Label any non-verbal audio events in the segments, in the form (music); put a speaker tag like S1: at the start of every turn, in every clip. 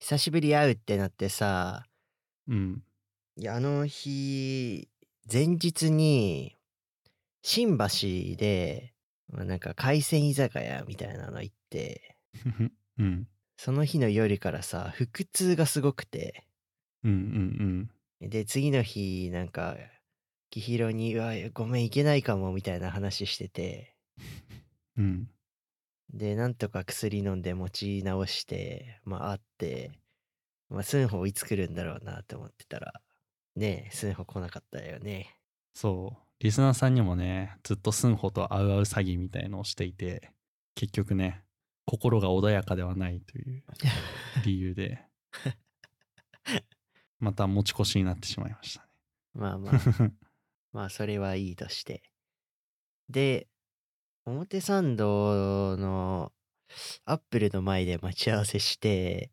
S1: 久しぶり会うってなってさ、
S2: うん。
S1: いや、あの日、前日に、新橋で、まあなんか海鮮居酒屋みたいなの行って、
S2: ふふうん。
S1: その日の夜からさ、腹痛がすごくて、
S2: うんうん
S1: で、次の日、なんか、きひろに、うわ、ごめん、行けないかも、みたいな話してて、
S2: うん。うん。
S1: で、なんとか薬飲んで持ち直して、まあ、会って、まあ、スンホいつ来るんだろうな、と思ってたら、ねえ、スンホ来なかったよね。
S2: そう。リスナーさんにもね、ずっとスンホとアウアウ詐欺みたいのをしていて、結局ね、心が穏やかではないと (laughs) いう理由 (laughs) で、また持ち越しになってしまいました
S1: まあま
S2: (laughs)
S1: あ、
S2: ね。
S1: まあ、それはいいとして。で、表参道のアップルの前で待ち合わせして、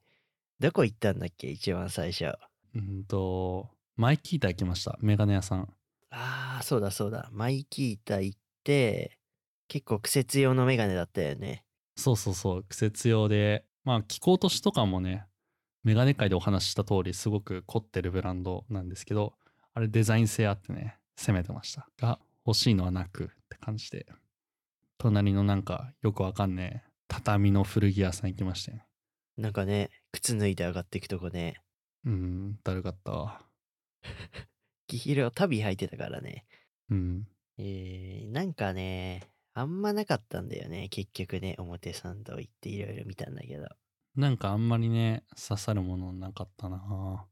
S1: どこ行ったんだっけ一番最初。
S2: うんと、前聞いてあきました。メガネ屋さん。
S1: ああ、そうだそうだ。マイキータ行って、結構苦節用のメガネだったよね。
S2: そうそうそう、苦節用で、まあ、気候都市とかもね、メガネ界でお話しした通り、すごく凝ってるブランドなんですけど、あれデザイン性あってね、攻めてました。が、欲しいのはなくって感じで、隣のなんか、よくわかんねえ、畳の古着屋さん行きましたよね。
S1: なんかね、靴脱いで上がっていくとこね。
S2: うん、だるかったわ。
S1: キヒロ足袋履いてたからね。
S2: うん。
S1: えー、なんかね、あんまなかったんだよね。結局ね、表参道行っていろいろ見たんだけど。
S2: なんかあんまりね、刺さるものなかったな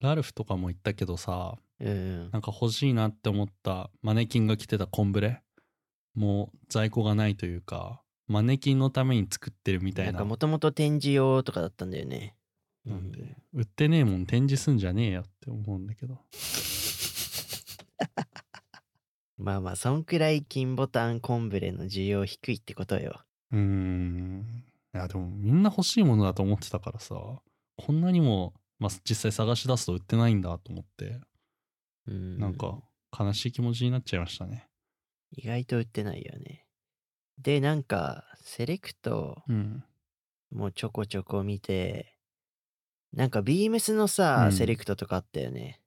S2: ラルフとかも行ったけどさ、
S1: うん。
S2: なんか欲しいなって思ったマネキンが着てたコンブレもう在庫がないというか、マネキンのために作ってるみたい
S1: なん
S2: な。
S1: かもともと展示用とかだったんだよね。
S2: なん
S1: う
S2: で、売ってねえもん展示すんじゃねえよって思うんだけど。
S1: まあまあ、そんくらい金ボタンコンブレの需要低いってことよ。
S2: うーん。いや、でもみんな欲しいものだと思ってたからさ、こんなにも、まあ、実際探し出すと売ってないんだと思って、
S1: うん。
S2: なんか悲しい気持ちになっちゃいましたね。
S1: 意外と売ってないよね。で、なんか、セレクト
S2: うん。
S1: もちょこちょこ見て、なんかビームスのさ、
S2: うん
S1: セレクトとかあったよね。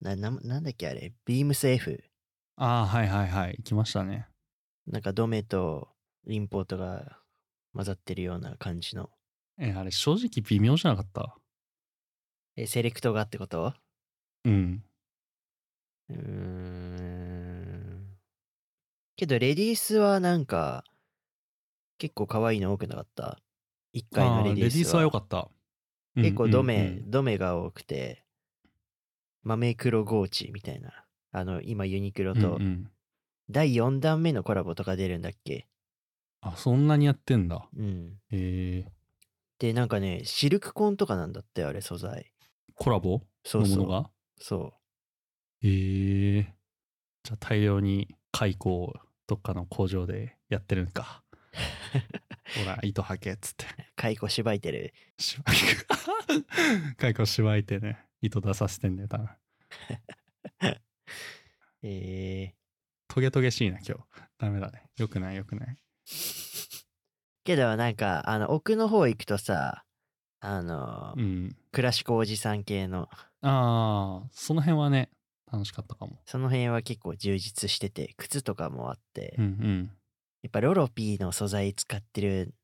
S1: な、な、なんだっけあれビームス F。
S2: ああ、はいはいはい。行きましたね。
S1: なんかドメとインポートが混ざってるような感じの。
S2: え、あれ正直微妙じゃなかった。
S1: え、セレクトがってこと
S2: うん。
S1: うーんけど、レディースはなんか、結構可愛いの多くなかった。1回のレディースは。
S2: あレディースは良かった。
S1: 結構ドメ、
S2: うんうんうん
S1: ドメが多くて、豆黒ゴーチみたいな。あの、今ユニクロと
S2: うんう、ん
S1: 第4弾目のコラボとか出るんだっけ
S2: あ、そんなにやってんだ。
S1: うん。
S2: えー、
S1: で、なんかね、シルクコーンとかなんだって、あれ、素材。
S2: コラボ
S1: そ
S2: の
S1: う
S2: もの
S1: そう。
S2: が
S1: そ
S2: えー、じゃあ大量に解雇をどっかの工場でやってるん
S1: (laughs)
S2: か。ほら、糸はけっつって。
S1: う。解雇しばいてる。
S2: しば (laughs) 解雇しばいてね、糸出させてんだよ、多分。
S1: えー。
S2: トゲトゲしいな、今日。ダメだね。よくない、よくない。
S1: けど、なんか、あの、奥の方行くとさ、あの、
S2: うん。
S1: クラシコおじさん系の、
S2: ああ、その辺はね、楽しかったかも。
S1: その辺は結構充実してて、靴とかもあって、
S2: うんうん。
S1: やっぱロロピーの素材使ってる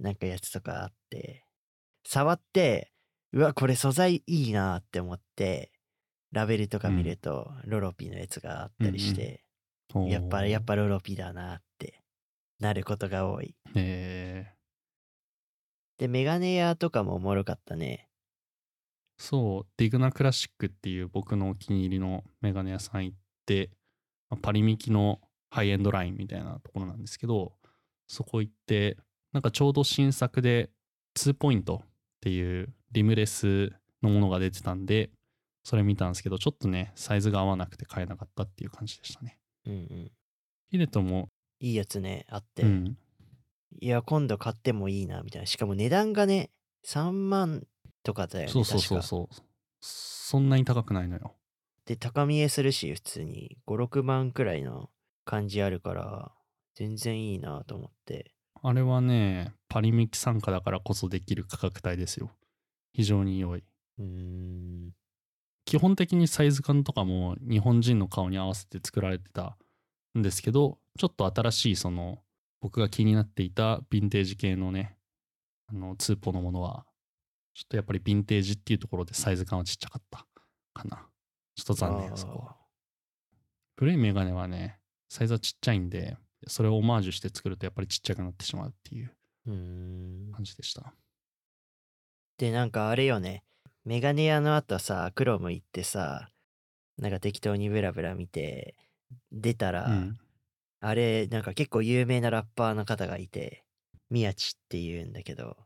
S1: なんかやつとかあって、触って、うわ、これ素材いいなって思って、ラベルとか見ると、ロロピーのやつがあったりして、
S2: おー
S1: やっぱ、やっぱロロピーだなってなることが多い。
S2: えー
S1: で、メガネ屋とかもおもろかったね。
S2: そう、ディグナクラシックっていう僕のお気に入りのメガネ屋さん行って、まあパリミキのハイエンドラインみたいなところなんですけど、そこ行って、なんかちょうど新作で2ポイントっていうリムレスのものが出てたんで、それ見たんですけど、ちょっとね、サイズが合わなくて買えなかったっていう感じでしたね。
S1: うんうん。
S2: ヒデトも、
S1: いいやつね、あって。
S2: うん、
S1: いや、今度買ってもいいな、みたいな。しかも値段がね、3万とかだよね。
S2: そうそうそう
S1: 確か
S2: そう。そんなに高くないのよ。
S1: で、高見えするし、普通に。5、6万くらいの感じあるから、全然いいなと思って。
S2: あれはね、パリミキ参加だからこそできる価格帯ですよ。非常に良い。
S1: うーん。
S2: 基本的にサイズ感とかも日本人の顔に合わせて作られてたんですけどちょっと新しいその僕が気になっていたヴィンテージ系のねあのツーポのものはちょっとやっぱりヴィンテージっていうところでサイズ感はちっちゃかったかなちょっと残
S1: あ
S2: 念
S1: ー
S2: そこは古いメガネはねサイズはちっちゃいんでそれをオマージュして作るとやっぱりちっちゃくなってしまうっていう
S1: うーん。
S2: 感じでした
S1: で、なんかあれよね。メガネ屋の後さ、クロム行ってさ、なんか適当にブラブラ見て、出たら、
S2: うん
S1: あれ、なんか結構有名なラッパーの方がいて、宮地っていうんだけど、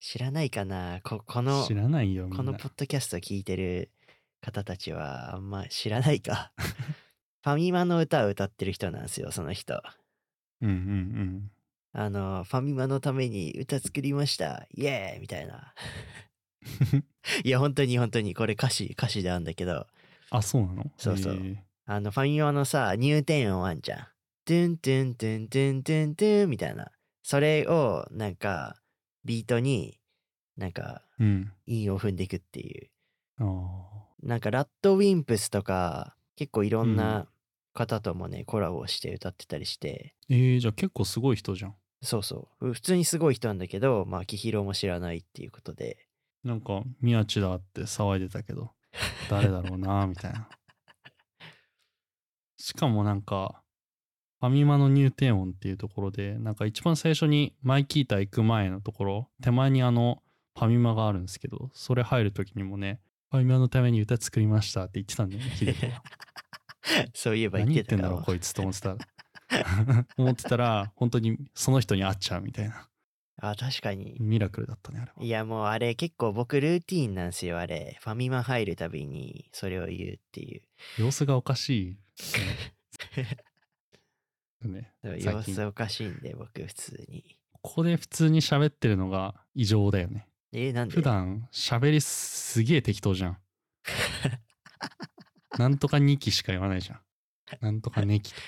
S1: 知らないかなここの
S2: 知、らないよみんな
S1: このポッドキャスト聞いてる方たちは、あんま知らない
S2: (laughs)
S1: か。ファミマの歌を歌ってる人なんですよ、その人。
S2: うんうんうん
S1: あの、ファミマのために歌作りました。イエーイみたいな。いや、本当に本当に、これ歌詞、歌詞であんだけど、
S2: (laughs) あそうなの
S1: そうそう
S2: へー
S1: あの、ファミマのさ、入店音あんじゃん。トゥントゥントゥントゥントゥントゥンみたいな。それを、なんか、ビートに、なんか、
S2: うん
S1: 韻を踏んでいくっていう。
S2: ああ
S1: なんか、ラッドウィンプスとか、結構いろんな方ともね、コラボして歌ってたりして、
S2: えー、じゃあ結構すごい人じゃん。
S1: そうそう。普通にすごい人なんだけど、まあ、キヒロも知らないっていうことで、 (laughs)
S2: なんか宮地だって騒いでたけど誰だろうなみたいな。しかもなんかファミマの入店音っていうところでなんか一番最初にマイキータ行く前のところ手前にあのファミマがあるんですけどそれ入る時にもねファミマのために歌作りましたって言ってたんだよねヒデコは
S1: そういえば言
S2: 何
S1: っ
S2: 言
S1: て
S2: って
S1: た
S2: んだ
S1: か
S2: ろう
S1: も。
S2: こいつと思ってた (laughs) 思ってたら本当にその人に会っちゃうみたいな
S1: あ、確かに。
S2: ミラクルだったねあれはい
S1: や、もうあれ結構僕ルーティーンなんですよ、あれ。ファミマ入るたびにそれを言うっていう。
S2: 様子がおかし
S1: (laughs)
S2: い。ね、
S1: そう
S2: 最
S1: 様
S2: 近
S1: 子おかしいんで、僕普通に。
S2: ここで普通に喋ってるのが異常だよね。
S1: え、なんで
S2: 普段喋りすげえ適当じ
S1: (laughs)
S2: ゃん。なんとか2期しか言わないじゃん。なんとか2期
S1: (laughs)
S2: とか。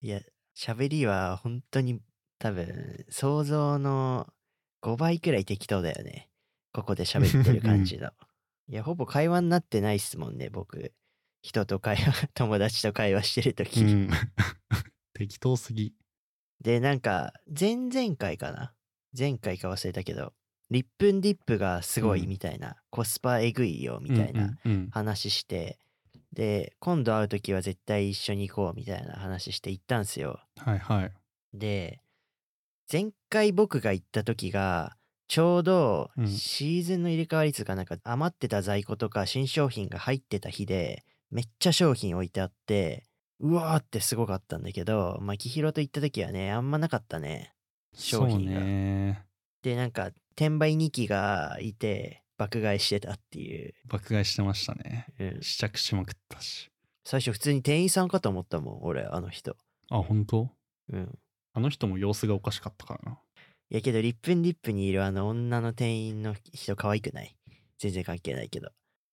S1: いや、喋りは本当に多分、想像の5倍くらい適当だよね。ここで喋ってる
S2: (laughs)
S1: 感じの。いや、ほぼ会話になってないっすもんね、僕。人と会話、 (laughs) 友達と会話してるとき。
S2: うん、 (laughs) 適当すぎ。
S1: で、なんか、前々回かな前回か忘れたけど、リップンディップがすごいみたいな、コスパえぐいよみたいな
S2: うんうん
S1: 話して、で、今度会うときは絶対一緒に行こうみたいな話して行ったんすよ。
S2: うんはいはい。
S1: で、前回僕が行ったときが、ちょうど
S2: うん
S1: シーズンの入れ替わりつかなんか余ってた在庫とか新商品が入ってた日で、めっちゃ商品置いてあって、うわーってすごかったんだけど、まあ、キヒロと行った時はね、あんまなかったね。
S2: そ
S1: 商
S2: う
S1: 品が
S2: ね。
S1: で、なんか、転売2機がいて、爆買いしてたっていう。
S2: 爆買いしてましたね。
S1: うん、
S2: 試着しまくったし。
S1: 最初普通に店員さんかと思ったもん、俺、あの人。
S2: あ、本当
S1: うん。
S2: あの人も様子がおかしかったからな。
S1: いやけど、リップンリップにいるあの女の店員の人可愛くない全然関係ないけど。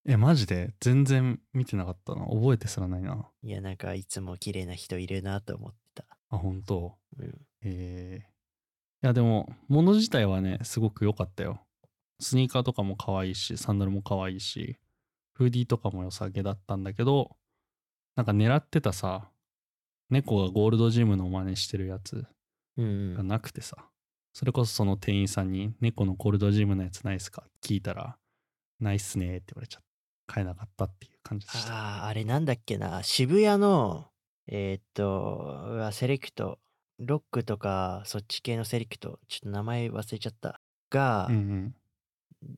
S2: え、マジで全然見てなかったな。覚えてすらないな。
S1: いや、なんか、いつも綺麗な人いるなと思ってた。
S2: あ、本当。
S1: うん。
S2: えーいやでも物自体はねすごく良かったよスニーカーとかも可愛いしサンダルも可愛いしフーディーとかも良さげだったんだけどなんか狙ってたさ猫がゴールドジムの真似してるやつ
S1: うんう
S2: が
S1: ん。
S2: なくてさそれこそその店員さんに「猫のゴールドジムのやつないっすか?」聞いたら「ないっすね」って言われちゃった買えなかったっていう感じでした
S1: ああ、あれなんだっけな。渋谷の、えーっと、うわ、セレクト。ロックとか、そっち系のセレクト。ちょっと名前忘れちゃった。が、
S2: うんうん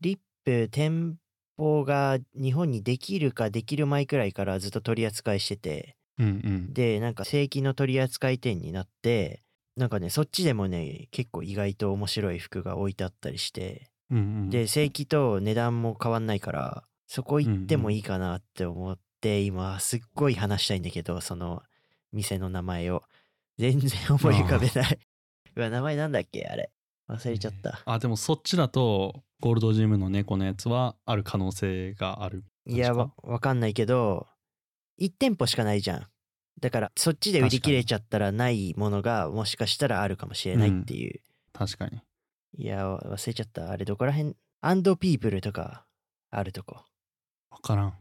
S1: リップ店舗が日本にできるかできる前くらいからずっと取り扱いしてて
S2: うんうん
S1: でなんか正規の取り扱い店になってなんかねそっちでもね結構意外と面白い服が置いてあったりして
S2: うんうん
S1: で正規と値段も変わんないからそこ行ってもいいかなって思って今すっごい話したいんだけどその店の名前を全然思い浮かべない (laughs) うわ名前なんだっけあれ忘れちゃっ
S2: えー
S1: た
S2: あでもそっちだとゴールドジムの猫のやつはある可能性がある
S1: いやわ
S2: 確
S1: わかんないけど1店舗しかないじゃんだからそっちで売り切れちゃったらないものがもしかしたらあるかもしれないっていう
S2: 確かに。
S1: いや、わ忘れちゃった。あれどこら辺アンドピープルとかあるとこ。
S2: わからん。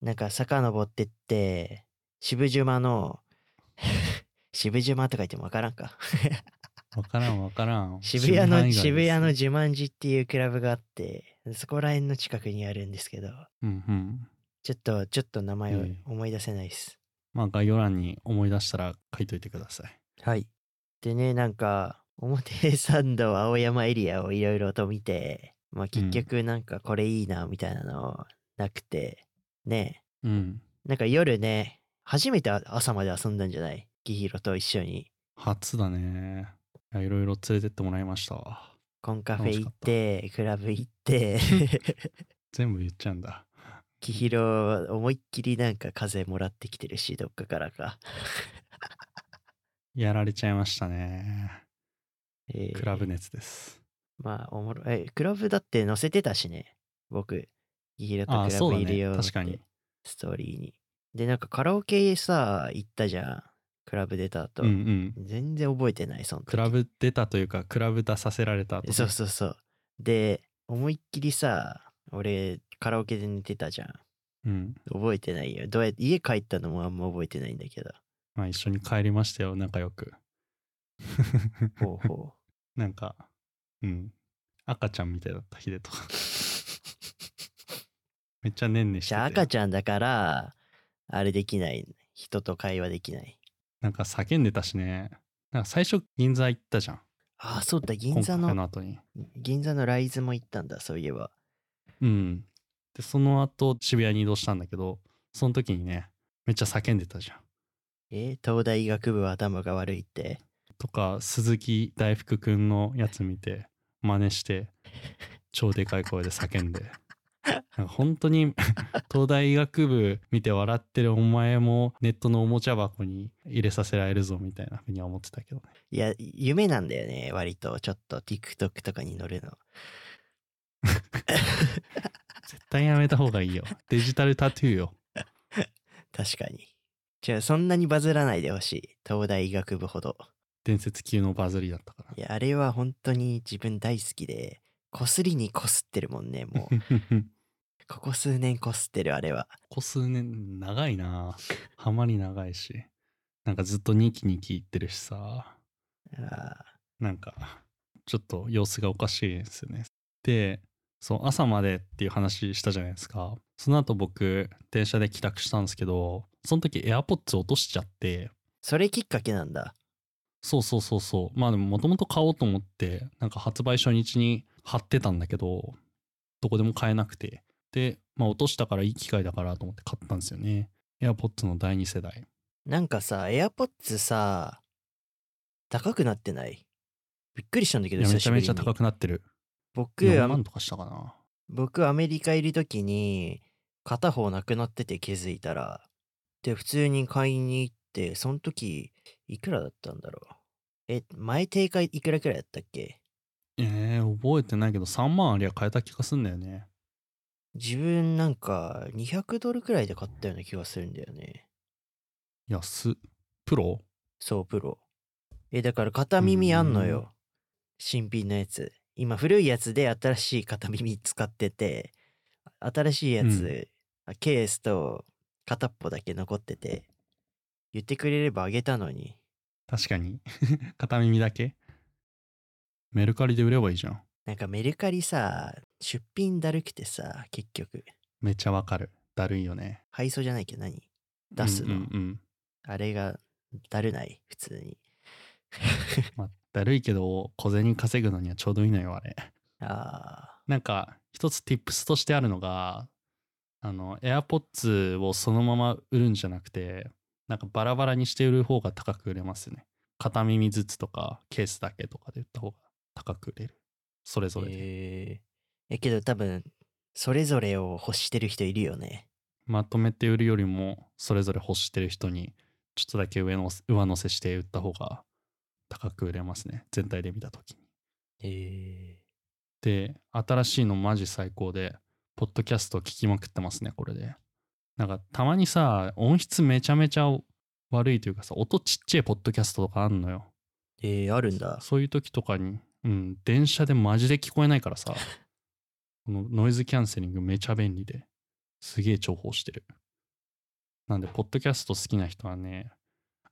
S1: なんか遡ってって、渋島の、 (laughs) 渋島とか言ってもわからんか。 (laughs)
S2: わからんわからん。
S1: 渋谷の、
S2: 知ら
S1: 渋
S2: ない
S1: 谷
S2: 以外
S1: の
S2: です。
S1: 自慢寺っていうクラブがあって、そこら辺の近くにあるんですけど、
S2: うんうん。
S1: ちょっと、ちょっと名前を
S2: ええ
S1: 思い出せないです。
S2: まあ概要欄に思い出したら書いといてください。
S1: はい。でね、なんか、表参道青山エリアをいろいろと見て、まあ結局なんかこれいいなみたいなのなくて、ね
S2: うん。
S1: え、なんか夜ね、初めて朝まで遊んだんじゃないギヒロと一緒に。
S2: 初だね。いやいろいろ連れてってもらいましたわ。
S1: コンカフェ
S2: 楽し
S1: 行
S2: か
S1: っ
S2: った
S1: て、クラブ行
S2: (laughs)
S1: って、
S2: 全部言っちゃうんだ。
S1: キヒロ思いっきりなんか風もらってきてるし、どっかからか。
S2: やられちゃいましたね。
S1: えー
S2: クラブ熱です。
S1: まあ、おもろえ、クラブだって載せてたしね、僕。ギヒロと
S2: ああ、
S1: クラ
S2: そう
S1: ブ
S2: だ
S1: いるよ
S2: ね。
S1: って、
S2: 確かに。
S1: ストーリーに。で、なんかカラオケさ、行ったじゃん。クラブ出た後。
S2: うんうん。
S1: 全然覚えてない、その時
S2: クラブ出たというか、クラブ出させられた後ね
S1: そうそうそう。で、思いっきりさ、俺、カラオケで寝てたじゃん。
S2: うん。
S1: 覚えてないよ。どうやって、家帰ったのもあんま覚えてないんだけど。
S2: まあ一緒に帰りましたよ、仲良く。 (laughs)
S1: ほうほ
S2: なんか、うん。赤ちゃんみたいだった、ヒデと。 (laughs) めっちゃねんね
S1: う。
S2: し
S1: じゃあ
S2: て
S1: 赤
S2: て。
S1: ちゃんだから、あれできない。人と会話できない。
S2: なんか叫んでたしね。なんか最初、銀座行ったじゃん。
S1: ああ、そうだ、
S2: コ
S1: 銀
S2: ンカ
S1: 座
S2: フェの
S1: の、
S2: 後に。
S1: 銀座のライズも行ったんだ、そういえば。
S2: うん。で、その後、渋谷に移動したんだけど、その時にね、めっちゃ叫んでたじゃん。
S1: えー東大医学部は頭が悪いって。
S2: とか、鈴木大福くんのやつ見て、真似して、超でかい声で叫んで。なんか本当に東大医学部見て笑ってるお前もネットのおもちゃ箱に入れさせられるぞみたいなふうには思ってたけどね。
S1: いや、夢なんだよね、割と。ちょっと TikTok とかに載るの。
S2: 絶対やめた方がいいよ。デジタルタトゥーよ。
S1: 確かに。じゃあ、そんなにバズらないでほしい。東大医学部ほど。
S2: 伝説級のバズりだったから
S1: い。や、あれは本当に自分大好きで、こすりにこすってるもんね、も
S2: (laughs)
S1: う。ここ数年こすってる、あれは。
S2: ここ数年長いなハマり長いしなんかずっとニキニキ言ってるしさ
S1: あ
S2: なんかちょっと様子がおかしいですよねでそう朝までっていう話したじゃないですかその後僕電車で帰宅したんですけどその時 AirPods 落としちゃって
S1: それきっかけなんだ。
S2: そうそうそうそうまあでももともと買おうと思ってなんか発売初日に貼ってたんだけどどこでも買えなくてでまあ落としたからいい機会だからと思って買ったんですよね AirPods の第2世代
S1: なんかさ、AirPods さ、高くなってないびっくりしたんだけ
S2: い
S1: ど、
S2: やめ
S1: 久
S2: ち
S1: し
S2: ゃ
S1: ぶり
S2: め
S1: に
S2: ちゃ高くなってる。
S1: 僕、
S2: 4
S1: あ
S2: 万とかしたかな。
S1: 僕アメリカいる時に片方なくなってて気づいたらで普通に買いに行ってその時いくらだったんだろうえ前定価いくらくらいだったっけ
S2: えー、覚えてないけど3万ありゃ買えた気がすんだよね。
S1: 自分なんか200ドルくらいで買ったような気がするんだよね
S2: 安っ。プロ
S1: そうプロえだから片耳あんの
S2: うん
S1: よ新品のやつ今古いやつで新しい片耳使ってて新しいやつ、あケースと片っぽだけ残ってて言ってくれればあげたのに
S2: 確かに。 (laughs) 片耳だけメルカリで売ればいいじゃん。
S1: なんかメルカリさ出品だるくてさ結局
S2: めっちゃわかる。だるいよね。
S1: 配送じゃないけど何出すの、
S2: うんうんうん。
S1: あれがだるない普通に
S2: まあ、だるいけど、小銭稼ぐのにはちょうどいいのよ、あれ。
S1: あ
S2: なんか、一つ tips としてあるのが、あの、AirPods をそのまま売るんじゃなくて、なんかバラバラにして売る方が高く売れますよね。片耳ずつとか、ケースだけとかで売った方が高く売れる。それ
S1: ー
S2: ぞれで。
S1: えー、えけど多分それぞれを欲してる人いるよね
S2: まとめて売るよりも、それぞれ欲してる人に、ちょっとだけ上の上乗せして売った方が高く売れますね。全体で見たときに。
S1: え
S2: で、新しいのマジ最高で、ポッドキャスト聞きまくってますね、これで。なんか、たまにさ、音質めちゃめちゃ悪いというかさ、音ちっちゃいポッドキャストとかあんのよ。
S1: ー、えー、あるんだ
S2: そういう時とかに、うん、電車でマジで聞こえないからさ、 (laughs) このノイズキャンセリングめちゃ便利で、すげえ重宝してる。なんで、ポッドキャスト好きな人はね、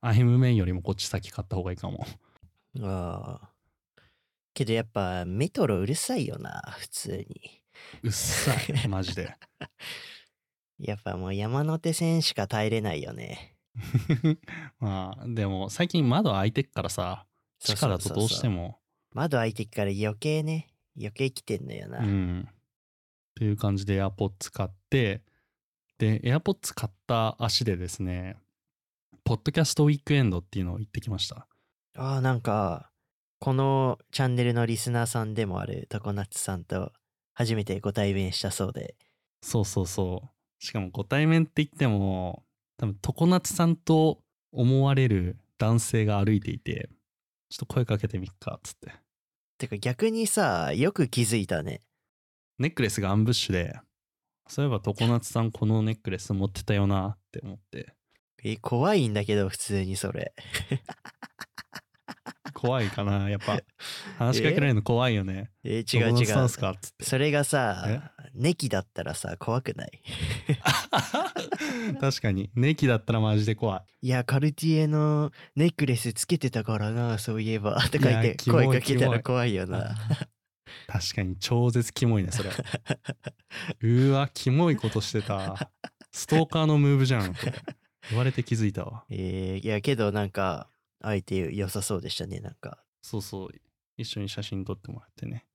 S2: I'm メインよりもこっち先買った方がいいかも。 (laughs)
S1: ああ。けどやっぱメトロうるさいよな、普通に。
S2: うっさ
S1: (laughs)
S2: い、マジで。 (laughs)
S1: やっぱもう山手線しか耐えれないよね。
S2: まあ、でも最近窓開いてっからさ、
S1: そう
S2: 地
S1: そ
S2: 下
S1: うそ
S2: だ
S1: うそう
S2: とどうしても、
S1: 窓開いてっから余計ね、余計来てんのよな。
S2: うん。っていう感じで AirPods 買って、で、AirPods 買った足でですね、ポッドキャストウィークエンドっていうのを行ってきました。
S1: ああ、なんか、このチャンネルのリスナーさんでもあるタコナッツさんと初めてご対面したそうで。
S2: そうそうそう。しかもご対面って言っても、多分、常夏さんと思われる男性が歩いていて、ちょっと声かけてみっか、つって。
S1: てか逆にさ、よく気づいたね。
S2: ネックレスがアンブッシュで、そういえば常夏さんこのネックレス持ってたよなって思って、
S1: え、怖いんだけど、普通にそれ。
S2: 怖いかな、やっ
S1: (laughs)
S2: ぱ。話しかけられるの怖いよね。
S1: え、違う
S2: 常
S1: 違
S2: 夏さん
S1: う
S2: っ。すかっつって。
S1: それが (laughs) さ、ネキだったらさ、怖くない
S2: 確かにネキだったらマジで怖い
S1: いや、カルティエのネックレスつけてたからな、そういえ
S2: (laughs)
S1: ば。とか言っ
S2: いや
S1: て、
S2: キモい
S1: 声かけた
S2: キモ
S1: ら
S2: い
S1: 怖いよな。
S2: 確かに超絶キモいねそれうわキモいことしてたストーカーのムーブじゃんこれ言われて気づいたわ
S1: えーいや、けどなんか、相手良さそうでしたね、なんか。
S2: そうそう一緒に写真撮ってもらってね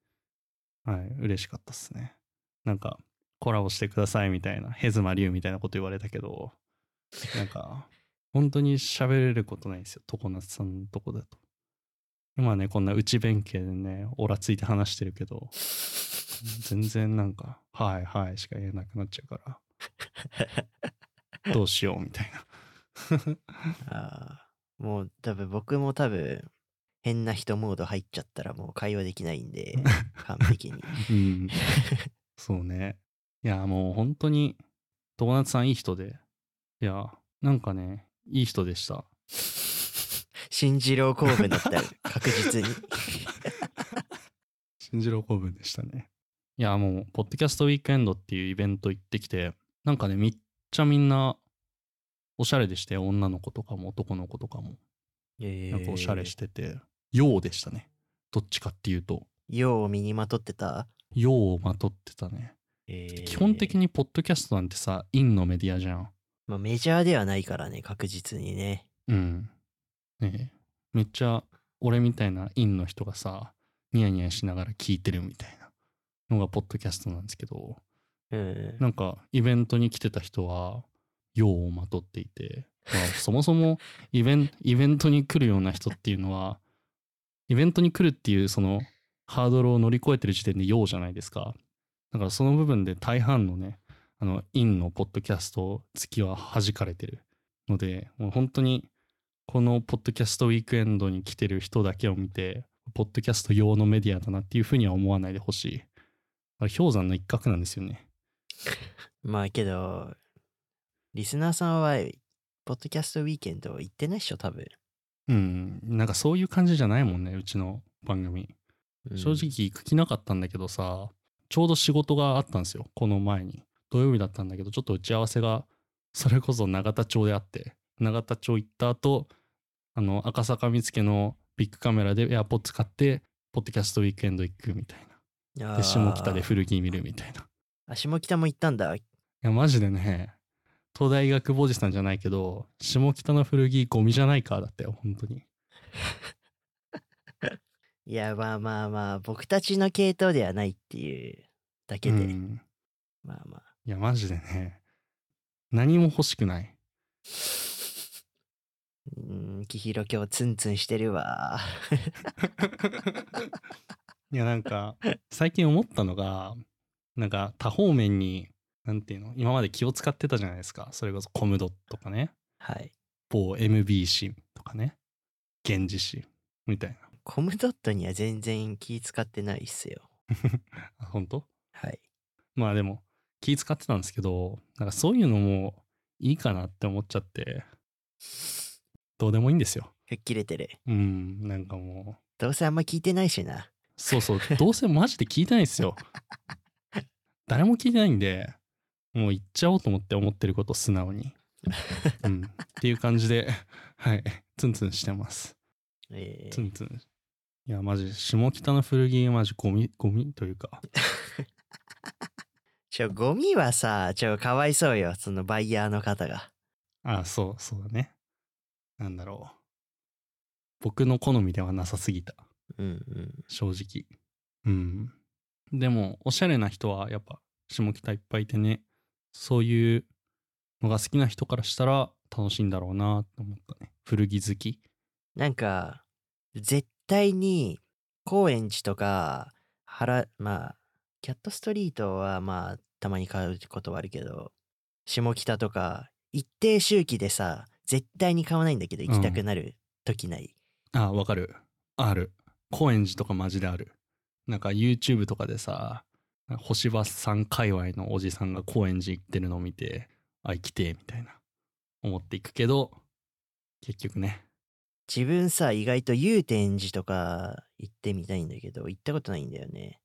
S2: はい嬉しかったっすねなんかコラボしてくださいみたいなヘズマリュウみたいなこと言われたけどなんか本当に喋れることないんですよ常夏さんのとこだと今はねこんな内弁慶でねオラついて話してるけど全然なんか「はいはい」しか言えなくなっちゃうからどうしようみたいな
S1: あーもう多分僕も多分変な人モード入っちゃったらもう会話できないん
S2: (laughs)
S1: で完璧に
S2: うんそうねいやもう本当に友達さんいい人でいやなんかねいい人でした
S1: 新次郎公文だったら確実
S2: (laughs)
S1: に
S2: 新次郎公文でしたねいやもうポッドキャストウィークエンドっていうイベント行ってきてなんかねめっちゃみんなおしゃれでして女の子とかも男の子とかもなんかおしゃれしててようでしたねどっちかっていうと
S1: 用を身にまとってた、
S2: 用をまとってたね、基本的
S1: に、
S2: にポッドキャストなんてさインのメディアじゃん
S1: まあ、メジャーではないからね確実にね
S2: うんねえめっちゃ俺みたいなインの人がさニヤニヤしながら聞いてるみたいなのがポッドキャストなんですけど
S1: うん
S2: なんかイベントに来てた人は用をまとっていて、
S1: (laughs)
S2: まあ、そもそもイベンイベントに来るような人っていうのはイベントに来るっていうそのハードルを乗り越えてる時点で用じゃないですかだからその部分で大半のねあのインのポッドキャスト付きは弾かれてるのでもう本当にこのポッドキャストウィークエンドに来てる人だけを見てポッドキャスト用のメディアだなっていうふうには思わないでほしいだから氷山の一角なんですよね
S1: まあけどリスナーさんはポッドキャストウィーケンド行ってないっしょ多分、
S2: うん、なんかそういう感じじゃないもんね、うちの番組。
S1: うん
S2: 正直行く気なかったんだけどさ、ちょうど仕事があったんですよ、この前に。土曜日だったんだけど、ちょっと打ち合わせが、それこそ永田町であって、永田町行った後、あの、赤坂見附のビッグカメラで AirPods 買って、ポッドキャストウィークエンド行くみたいな。
S1: あー
S2: で、下北で古着見るみたいな。い
S1: あ下北も行ったんだ
S2: や、マジでね、東大学坊主さんじゃないけど、下北の古着ゴミじゃないか、だったよ、本当に。
S1: いやまあまあまあ僕たちの系統ではないっていうだけで、
S2: うん
S1: まあまあ
S2: いや、マジでね、何も欲しくない。
S1: うーんきひろ今日ツンツンしてるわ
S2: いや、なんか、最近思ったのが、なんか、多方面に、なんていうの、今まで気を使ってたじゃないですか。それこそ、コムドットとかね、
S1: はい
S2: 某 MBC とかね、源氏誌みたい
S1: コムドットには全然気使ってないっすよ
S2: な。あ本当
S1: はい
S2: まあでも、気使ってたんですけど、なんかそういうのもいいかなって思っちゃって、どうでもいいんですよ。
S1: 吹っ切れてる
S2: うん、なんかもう、
S1: どうせあんま聞いてないしな
S2: そうそう、どうせマジで聞いてないですよ。誰も聞いてないんで、もう言っちゃおうと思って思ってることを素直に。うん、っていう感じで、はい、ツンツンしてます。
S1: え
S2: ツ
S1: ー
S2: ンツン。いや、マジ、下北の古着、マジゴミ、ゴミというか、
S1: ちょ、ゴミはさ、ちょ、かわいそうよ。そのバイヤーの方が。
S2: あそう、そうだね。なんだろう。僕の好みではなさすぎた。
S1: うんうん。
S2: 正直うんでもおしゃれな人はやっぱ下北いっぱいいてねそういうのが好きな人からしたら楽しいんだろうなって思ったね古着好き
S1: なんか、絶対に、高円寺とか、原、まあ、キャットストリートは、まあ、たまに買うことはあるけど、下北とか、一定周期でさ、絶対に買わないんだけど、行きたくなる時ない。
S2: あわかるある高円寺とかマジであるなんか YouTube とかでさ星葉さん界隈のおじさんが高円寺行ってるのを見てあ行きてえみたいな思っていくけど結局ね
S1: 自分さ、意外と祐天寺とか行ってみたいんだけど、行ったことないんだよね。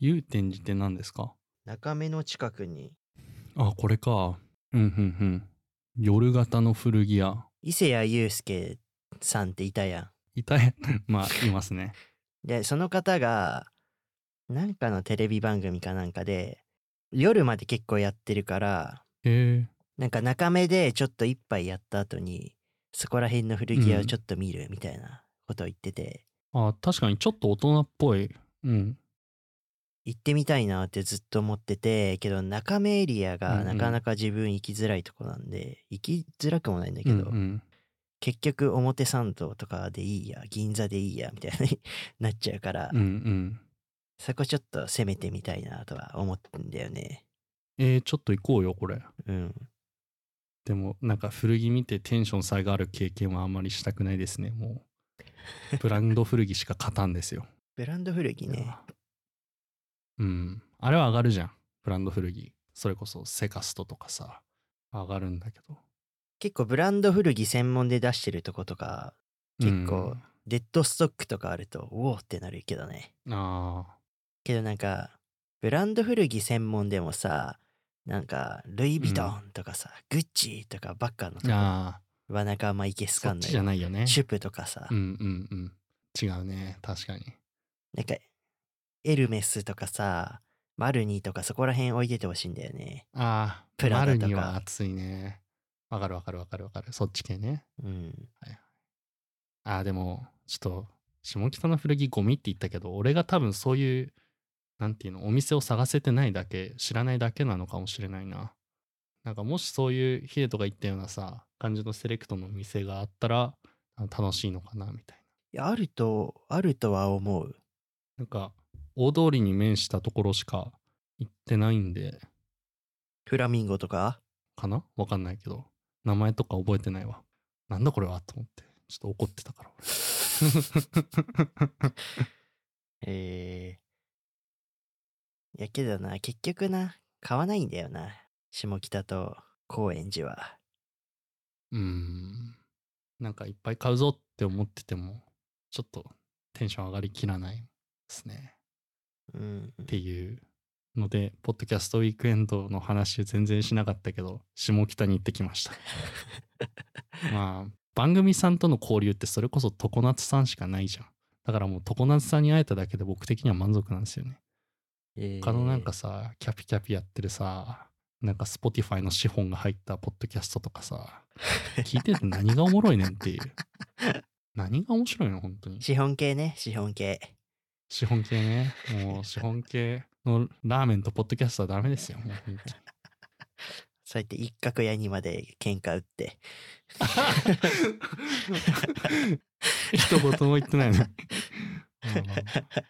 S2: 祐天寺って何ですか
S1: 中目の近くに、
S2: あ、これか。うんうんうん。夜型の古着屋。
S1: 伊勢谷友介さんっていたやん。
S2: いたい (laughs) まあ、いますね。
S1: でその方がなんかのテレビ番組かなんかで夜まで結構やってるから
S2: へえ。
S1: なんか中目でちょっと一杯やった後にそこら辺の古着屋をちょっと見るみたいなことを言ってて、
S2: あ、確かにちょっと大人っぽい。うん。
S1: 行ってみたいなってずっと思っててけど中目エリア
S2: うんう
S1: が
S2: ん
S1: なかなか自分行きづらいとこなんで、行きづらくもないんだけ
S2: う
S1: ど、
S2: んうん、
S1: 結局表参道とかでいいや銀座でいいやみたいに (laughs) なっちゃうから、
S2: うんうん。
S1: そこちょっと攻めてみたいなとは思ってんだよね
S2: えー、ちょっと行こうよ、これ。
S1: うん
S2: でも、なんか古着見てテンション差がある経験はあんまりしたくないですね、も (laughs) う。ブランド古着しか勝たんですよ。
S1: ブランド古着ね。
S2: うん。あれは上がるじゃん。ブランド古着。それこそセカストとかさ。上がるんだけど。
S1: 結構ブランド古着専門で出してるとことか、結構
S2: うん
S1: デッドストックとかあると、おおってなるけどね。
S2: ああ。
S1: けどなんか、ブランド古着専門でもさ、なんか、ルイ・ヴィトンとかさ、グッチとかばっかのとこ
S2: ああ。
S1: はなかあんまいけすかんな
S2: そ
S1: い。
S2: っちじゃないよね。
S1: シュプとかさ、
S2: うんうんうん。違うね。確かに。
S1: なんか、エルメスとかさ、マルニーとかそこら辺置いててほしいんだよね。
S2: ああ、
S1: プラダとか
S2: マルには熱いね。わかるわかるわかるわかる。そっち系ね。
S1: うん。
S2: ああ、でも、ちょっと、下北の古着ゴミって言ったけど、俺が多分そういう、なんていうの、お店を探せてないだけ、知らないだけなのかもしれないな。なんかもしそういうヒデとか言ったようなさ、感じのセレクトの店があったら、あ楽しいのかな、みたいな。
S1: いや、あると、あるとは思う。
S2: なんか、大通りに面したところしか行ってないんで、
S1: フラミンゴと
S2: (laughs)
S1: か
S2: かなわかんないけど、名前とか覚えてないわ。なんだこれはと思って、ちょっと怒ってたから俺。
S1: ええやけどな、結局な、買わないんだよな。下北と高円寺は。
S2: うーん。なんかいっぱい買うぞって思ってても、ちょっとテンション上がりきらないですね。
S1: うん。
S2: っていうので、ポッドキャストウィークエンドの話全然しなかったけど、下北に行ってきました。まあ、番組さんとの交流ってそれこそ常夏さんしかないじゃん。だからもう常夏さんに会えただけで僕的には満足なんですよね。
S1: え
S2: 他のなんか
S1: ー
S2: さ、キャピキャピやってるさ、なんか Spotify の資本が入ったポッドキャストとかさ、聞いてて何がおもろいねんっ
S1: (laughs)
S2: ていう。何が面白いの本当に。
S1: 資本系ね、資本系。
S2: 資本系ね。もう資本系のラーメンとポッドキャストはダメですよ。もう本
S1: そうやって一角屋にまで喧嘩売って。
S2: 当に一言も言ってない
S1: (laughs)
S2: のに。まあまあまあっ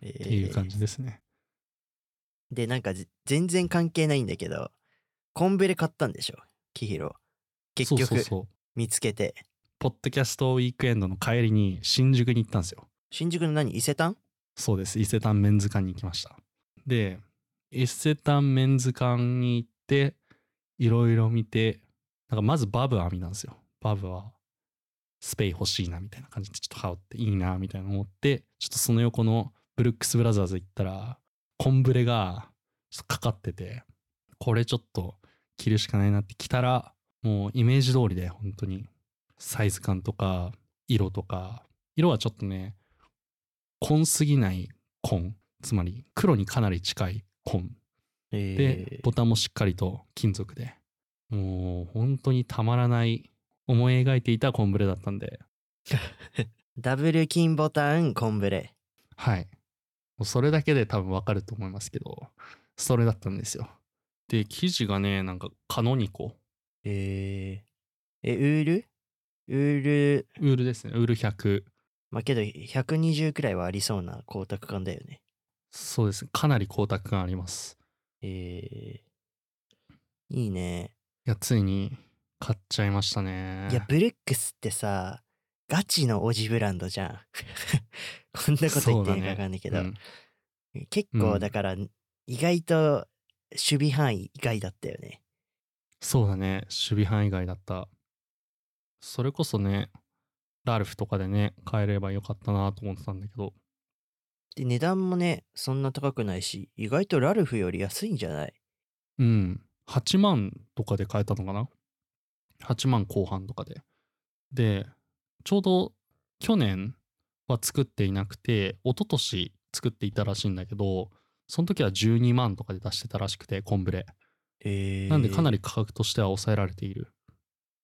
S1: え
S2: ていう感
S1: ー
S2: じですね。
S1: で、なんかぜ全然関係ないんだけど、コンベレ買ったんでしょ、キヒロ。結
S2: そうそう
S1: 局、
S2: そう。
S1: 見つけて。
S2: ポッドキャストウィークエンドの帰りに新宿に行ったんですよ。
S1: 新宿の何伊勢丹
S2: そうです伊勢丹メンズ館に行きましたで伊勢丹メンズ館に行っていろいろ見てなんかまずバブアミなんですよバブはスペイ欲しいなみたいな感じでちょっと羽織っていいなみたいな思ってちょっとその横のブルックス・ブラザーズ行ったらコンブレがちょっとかかっててこれちょっと着るしかないなって着たらもうイメージ通りで本当にサイズ感とか色とか色はちょっとね紺すぎない紺つまり黒にかなり近い紺で
S1: え
S2: ボタンもしっかりと金属でもう本当にたまらない思い描いていたコンブレだったんで
S1: ダブル金ボタンコンブレ
S2: はいもうそれだけで多分わかると思いますけどそれだったんですよで生地がねなんかカノニコ
S1: えー、えウールウール
S2: ウールですねウール100
S1: まあけど120くらいはありそうな光沢感だよね
S2: そうですねかなり光沢感あります
S1: えー、いいね
S2: いやついに買っちゃいましたね
S1: いやブルックスってさガチのオジブランドじゃん (laughs) こんなこと言っていいのか分かんないけど、
S2: そうだね
S1: 結
S2: う
S1: 構
S2: ん
S1: だから意外と守備範囲以外だったよね
S2: そうだね、守備範囲外だった。それこそね、ラルフとかでね、買えればよかったなと思ってたんだけど、
S1: で値段もねそんな高くないし意外とラルフより安いんじゃない
S2: うん、8万とかで買えたのかな ?8 万後半とかで。で、ちょうど去年は作っていなくて、一昨年作っていたらしいんだけど、その時は12万とかで出してたらしくて、コンブレ。
S1: えー、
S2: なんでかな
S1: り
S2: り価格としては抑えられている。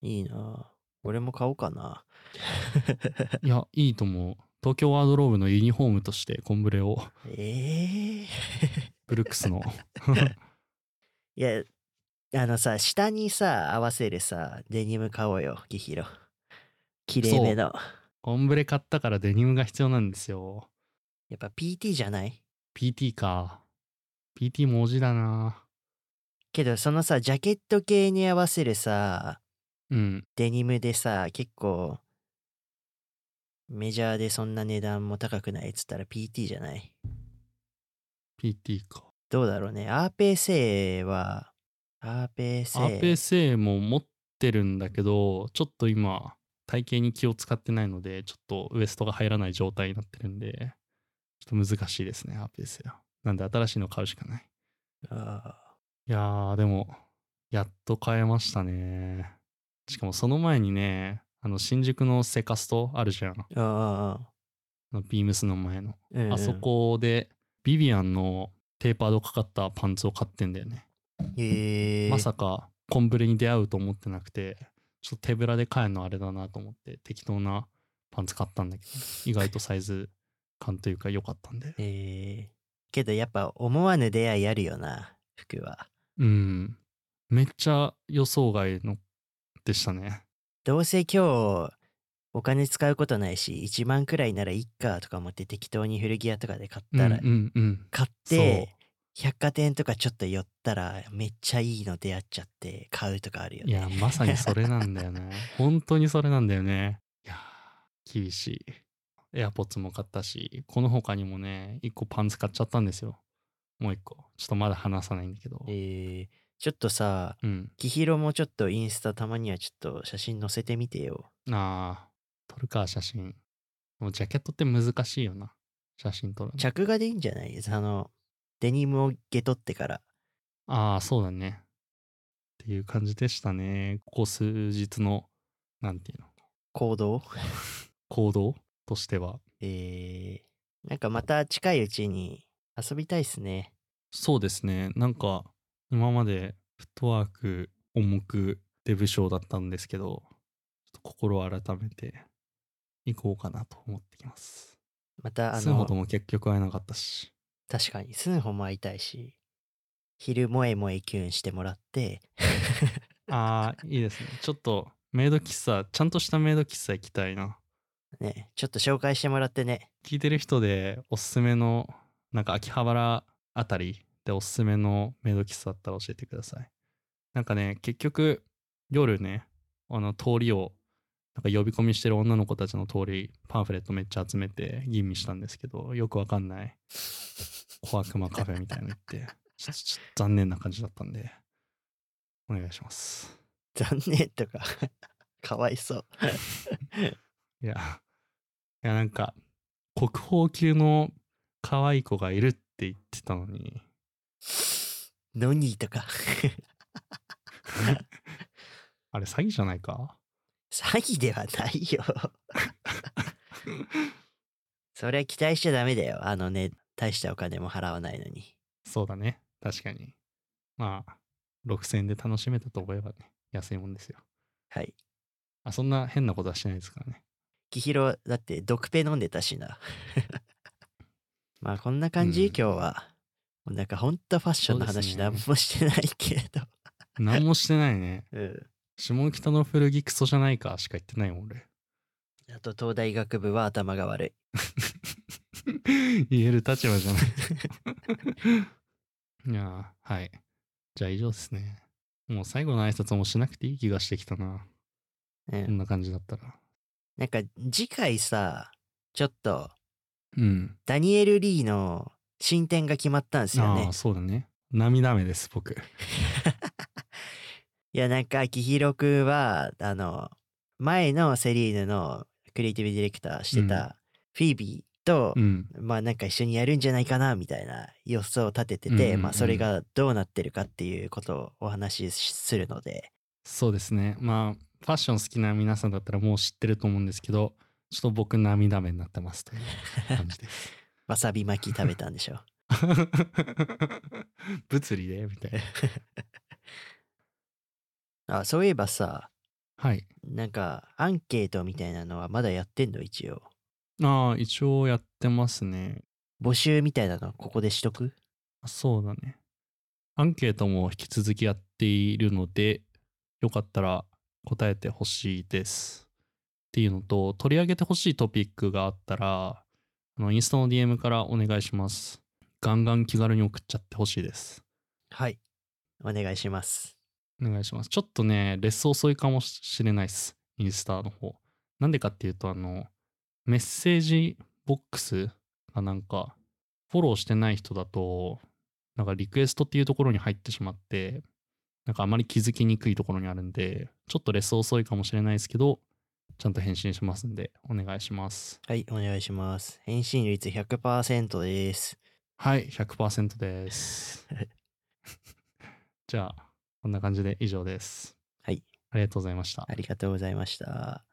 S1: いいな俺も買おうかな
S2: いや、いいと思う。東京ワードローブのユニフォームとしてコンブレを
S1: えー、
S2: ブルックスの
S1: いやあのさ下にさ合わせるさデニム買おうよギヒロ綺麗めの
S2: コンブレ買ったからデニムが必要なんですよ。
S1: やっぱ PT じゃない
S2: PT か。PT 文字だな。
S1: けどそのさジャケット系に合わせるさ
S2: うん。
S1: デニムでさ結構メジャーでそんな値段も高くないっつったら PT じゃない
S2: PT か。
S1: どうだろうねアーペーセーはアーペーセー
S2: RPSA も持ってるんだけど、ちょっと今、体型に気を使ってないので、ちょっとウエストが入らない状態になってるんで、ちょっと難しいですね、RPSA。なんで新しいの買うしかない。
S1: あ
S2: いやー、でも、やっと買えましたね。しかもその前にね、あの、新宿のセカストあるじゃん。
S1: ーあ
S2: あのビームスの前の。
S1: ー、うんうん
S2: あそこでビビアンのテーパードかかったパンツを買ってんだよね。
S1: へえ
S2: まさかコンブレに出会うと思ってなくて、ちょっと手ぶらで買えるのあれだなと思って適当なパンツ買ったん
S1: (laughs)
S2: だけど、意外とサイズ感というか良かったんで。
S1: えーけどやっぱ思わぬ出会いあるよな服は
S2: うん。めっちゃ予想外のでしたね。
S1: どうせ今日お金使うことないし1万くらいならいっかとか思って適当に古着屋とかで買ったら、
S2: うんうんうん。
S1: 買っ
S2: そう
S1: て百貨店とかちょっと寄ったらめっちゃいいの出会っちゃって買うとかあるよ
S2: い
S1: ね。
S2: や、まさにそれなんだ
S1: (laughs)
S2: よね。本当にそれなんだよね。いやー、厳しい。エアポッツも買ったし、この他にもね、一個パンツ買っちゃったんですよ。もう一個。ちょっとまだ話さないんだけど
S1: え。ーちょっとさ、
S2: うん。
S1: きひろもちょっとインスタたまにはちょっと写真載せてみてよ。
S2: あー、撮るか、写真。でもジャケットって難しいよな。写真撮るの。
S1: 着画でいいんじゃないあの、デニムをゲ取ってから。
S2: ああ、そうだね。っていう感じでしたね。ここ数日の、なんていうの、
S1: 行動
S2: 行動としては。
S1: えー、なんかまた近いうちに遊びたいっすね。
S2: そうですね。なんか、今までフットワーク重くデブ賞だったんですけど、ちょっと心を改めて行こうかなと思ってきます。
S1: またあ
S2: スンホと
S1: の、
S2: も結局会えなかった
S1: (laughs)
S2: し。
S1: 確かにスンホも会いたいし、昼萌え萌えキュンしてもらって、
S2: ああ、いいですね。ちょっとメイド喫茶、ちゃんとしたメイド喫茶行きたいな。
S1: ね、ちょっと紹介してもらってね。 (laughs)
S2: 聞いてる人でおすすめの、なんか秋葉原あたりでおすすめのメイド喫茶あったら教えてください。なんかね、結局夜ね、あの通りを、なんか呼び込みしてる女の子たちの通り、パンフレットめっちゃ集めて吟味したんですけど、よくわかんない、小悪魔カフェみたいなの行って、 (laughs) ちょっとちょっと残念な感じだったんで、お願いします。
S1: (laughs) 残念とかかわいそう
S2: いや、いやなんか、国宝級の可愛い子がいるって言ってたのに、
S1: ノニーとか (laughs)
S2: あれ詐欺じゃないか
S1: 詐欺ではないよ (laughs) それは期待しちゃダメだよあのね大したお金も払わないのに
S2: そうだね。確かに。まあ、6000円で楽しめたと思えばね、安いもんですよ。
S1: はい
S2: あ、そんな変なことはしてないですからね。
S1: キヒロだって毒ペ飲んでたしな (laughs) まあこんな感じ、
S2: うん
S1: 今日はなんかほんとファッションの
S2: そうです
S1: 話
S2: ね
S1: 何もしてないけど
S2: 何もしてないね。 (laughs)
S1: う
S2: 下北の古着クソじゃないかしか言ってないもん、俺。 (laughs)
S1: んあと東大学部は頭が悪い
S2: 言える立場じゃない。い (laughs) やー、はい。じゃあ以上ですね。もう最後の挨拶もしなくていい気がしてきたな。
S1: うん
S2: こんな感じだったら。
S1: なんか次回さちょっと
S2: うん。
S1: ダニエル・リーの進展が決まったんですよ
S2: ああ
S1: ね
S2: ー、そうだね。涙目です、僕。
S1: いやなんかきひろくんはあの前のセリーヌのクリエイティブディレクターして
S2: うん
S1: たフィービーと、
S2: うん。
S1: まあなんか一緒にやるんじゃないかなみたいな予想を立ててて、
S2: うんうんうん
S1: まあそれがどうなってるかっていうことをお話しするので
S2: そうですね。まあ、ファッション好きな皆さんだったらもう知ってると思うんですけど、ちょっと僕涙目になってますという感じです。 (laughs)
S1: わさび巻き食べたんで (laughs) しょ
S2: 物理でみたいな。
S1: あそういえばさ
S2: はい。
S1: なんかアンケートみたいなのはまだやってんの一応
S2: ああ、一応やってますね。
S1: 募集みたいなのここでしとく
S2: そうだね。アンケートも引き続きやっているので、よかったら答えてほしいです。っていうのと、取り上げてほしいトピックがあったら、あのインスタの DM からお願いします。ガンガン気軽に送っちゃってほしいです。
S1: はいお願いします
S2: お願いします。ちょっとね、レッスン遅いかもしれないです。インスタの方。なんでかっていうと、あの、メッセージボックスがなんか、フォローしてない人だと、なんかリクエストっていうところに入ってしまって、なんかあまり気づきにくいところにあるんで、ちょっとレッスン遅いかもしれないですけど、ちゃんと返信しますんで、お願いします。
S1: はいお願いします返信率100%です
S2: はい、100%です。 (laughs) じゃあ、こんな感じで以上です。
S1: はい。
S2: ありがとうございました
S1: あ。りがとうございました